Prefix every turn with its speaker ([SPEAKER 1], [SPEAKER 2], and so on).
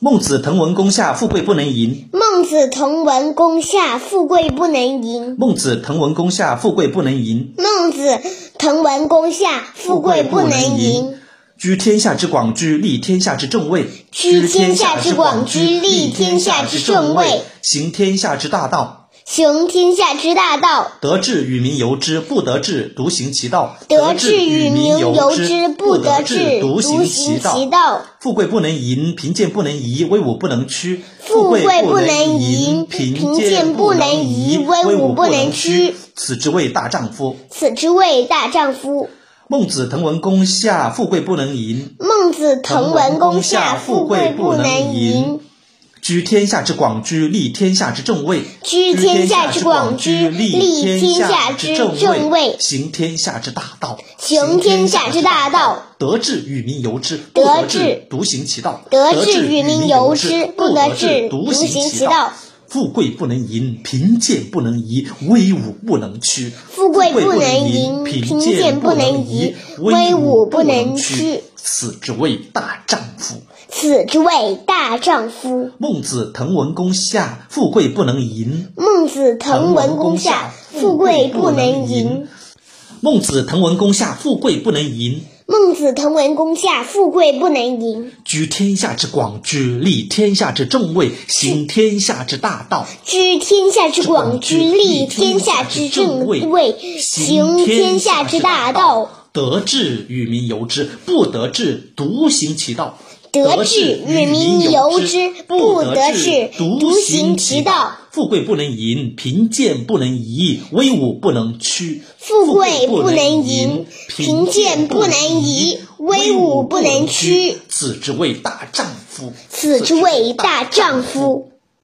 [SPEAKER 1] 孟子滕文公下，富贵不能淫。
[SPEAKER 2] 孟子滕文公下，富贵不能淫。
[SPEAKER 1] 孟子滕文公下，富贵不能淫。
[SPEAKER 2] 孟子滕文公下，富贵不能淫。
[SPEAKER 1] 居天下之广居，立天下之正位。
[SPEAKER 2] 居天下之广居，立天下之正位。
[SPEAKER 1] 行天下之大道，
[SPEAKER 2] 行天下之大道。
[SPEAKER 1] 得志与民由之，不得志，独行其道。
[SPEAKER 2] 得志与民由之，不得志，
[SPEAKER 1] 独
[SPEAKER 2] 行
[SPEAKER 1] 其
[SPEAKER 2] 道。
[SPEAKER 1] 富贵不能淫，贫贱不能移，威武不能屈。
[SPEAKER 2] 富贵
[SPEAKER 1] 不
[SPEAKER 2] 能淫，
[SPEAKER 1] 贫
[SPEAKER 2] 贱
[SPEAKER 1] 不
[SPEAKER 2] 能移，威武不能屈。
[SPEAKER 1] 此之谓大丈夫。
[SPEAKER 2] 此之谓大丈夫。
[SPEAKER 1] 孟子滕文公下，富贵不能淫。
[SPEAKER 2] 孟子滕文公下，富贵不能淫。
[SPEAKER 1] 居天下之广居，立天下之正位。
[SPEAKER 2] 居天下之广
[SPEAKER 1] 居，
[SPEAKER 2] 立
[SPEAKER 1] 天
[SPEAKER 2] 下
[SPEAKER 1] 之
[SPEAKER 2] 正位。
[SPEAKER 1] 行天下之大道，
[SPEAKER 2] 行天下之大道。
[SPEAKER 1] 得志与民由之，
[SPEAKER 2] 得
[SPEAKER 1] 不得
[SPEAKER 2] 志
[SPEAKER 1] 志独行其道。
[SPEAKER 2] 得志与
[SPEAKER 1] 民
[SPEAKER 2] 民由
[SPEAKER 1] 之
[SPEAKER 2] 之，不得
[SPEAKER 1] 志
[SPEAKER 2] 志
[SPEAKER 1] 独
[SPEAKER 2] 独
[SPEAKER 1] 行
[SPEAKER 2] 行
[SPEAKER 1] 其
[SPEAKER 2] 其
[SPEAKER 1] 道
[SPEAKER 2] 道。
[SPEAKER 1] 富贵不能淫，贫贱不能移，威武不能屈。
[SPEAKER 2] 富贵
[SPEAKER 1] 不
[SPEAKER 2] 不能
[SPEAKER 1] 淫，
[SPEAKER 2] 淫
[SPEAKER 1] 贫
[SPEAKER 2] 贫贱
[SPEAKER 1] 不
[SPEAKER 2] 不能
[SPEAKER 1] 能
[SPEAKER 2] 移
[SPEAKER 1] 威
[SPEAKER 2] 威
[SPEAKER 1] 武
[SPEAKER 2] 武不能
[SPEAKER 1] 屈
[SPEAKER 2] 屈。
[SPEAKER 1] 此之谓大丈夫。
[SPEAKER 2] 此之谓大丈夫。
[SPEAKER 1] 孟子滕文公下，富贵不能淫。
[SPEAKER 2] 孟子滕文公下，富贵不能淫。。
[SPEAKER 1] 孟子滕文公下，富贵不能淫。
[SPEAKER 2] 孟子滕文公下，富贵不能淫。
[SPEAKER 1] 居天下之广居，立天下之正位，行天下之大道，
[SPEAKER 2] 知天下之广之利，天下之正位，行天下之大道。。
[SPEAKER 1] 得志与民由之，不得志独行其道。
[SPEAKER 2] 得志与民由之，不得志
[SPEAKER 1] 独
[SPEAKER 2] 独
[SPEAKER 1] 行
[SPEAKER 2] 行
[SPEAKER 1] 其
[SPEAKER 2] 其
[SPEAKER 1] 道
[SPEAKER 2] 道。
[SPEAKER 1] 富贵不能淫，贫贱不能移，威武不能屈。
[SPEAKER 2] 富贵不能
[SPEAKER 1] 淫
[SPEAKER 2] 淫，贫贱不能移，威武不能屈。
[SPEAKER 1] 此之谓大丈夫。
[SPEAKER 2] 此之谓大丈夫。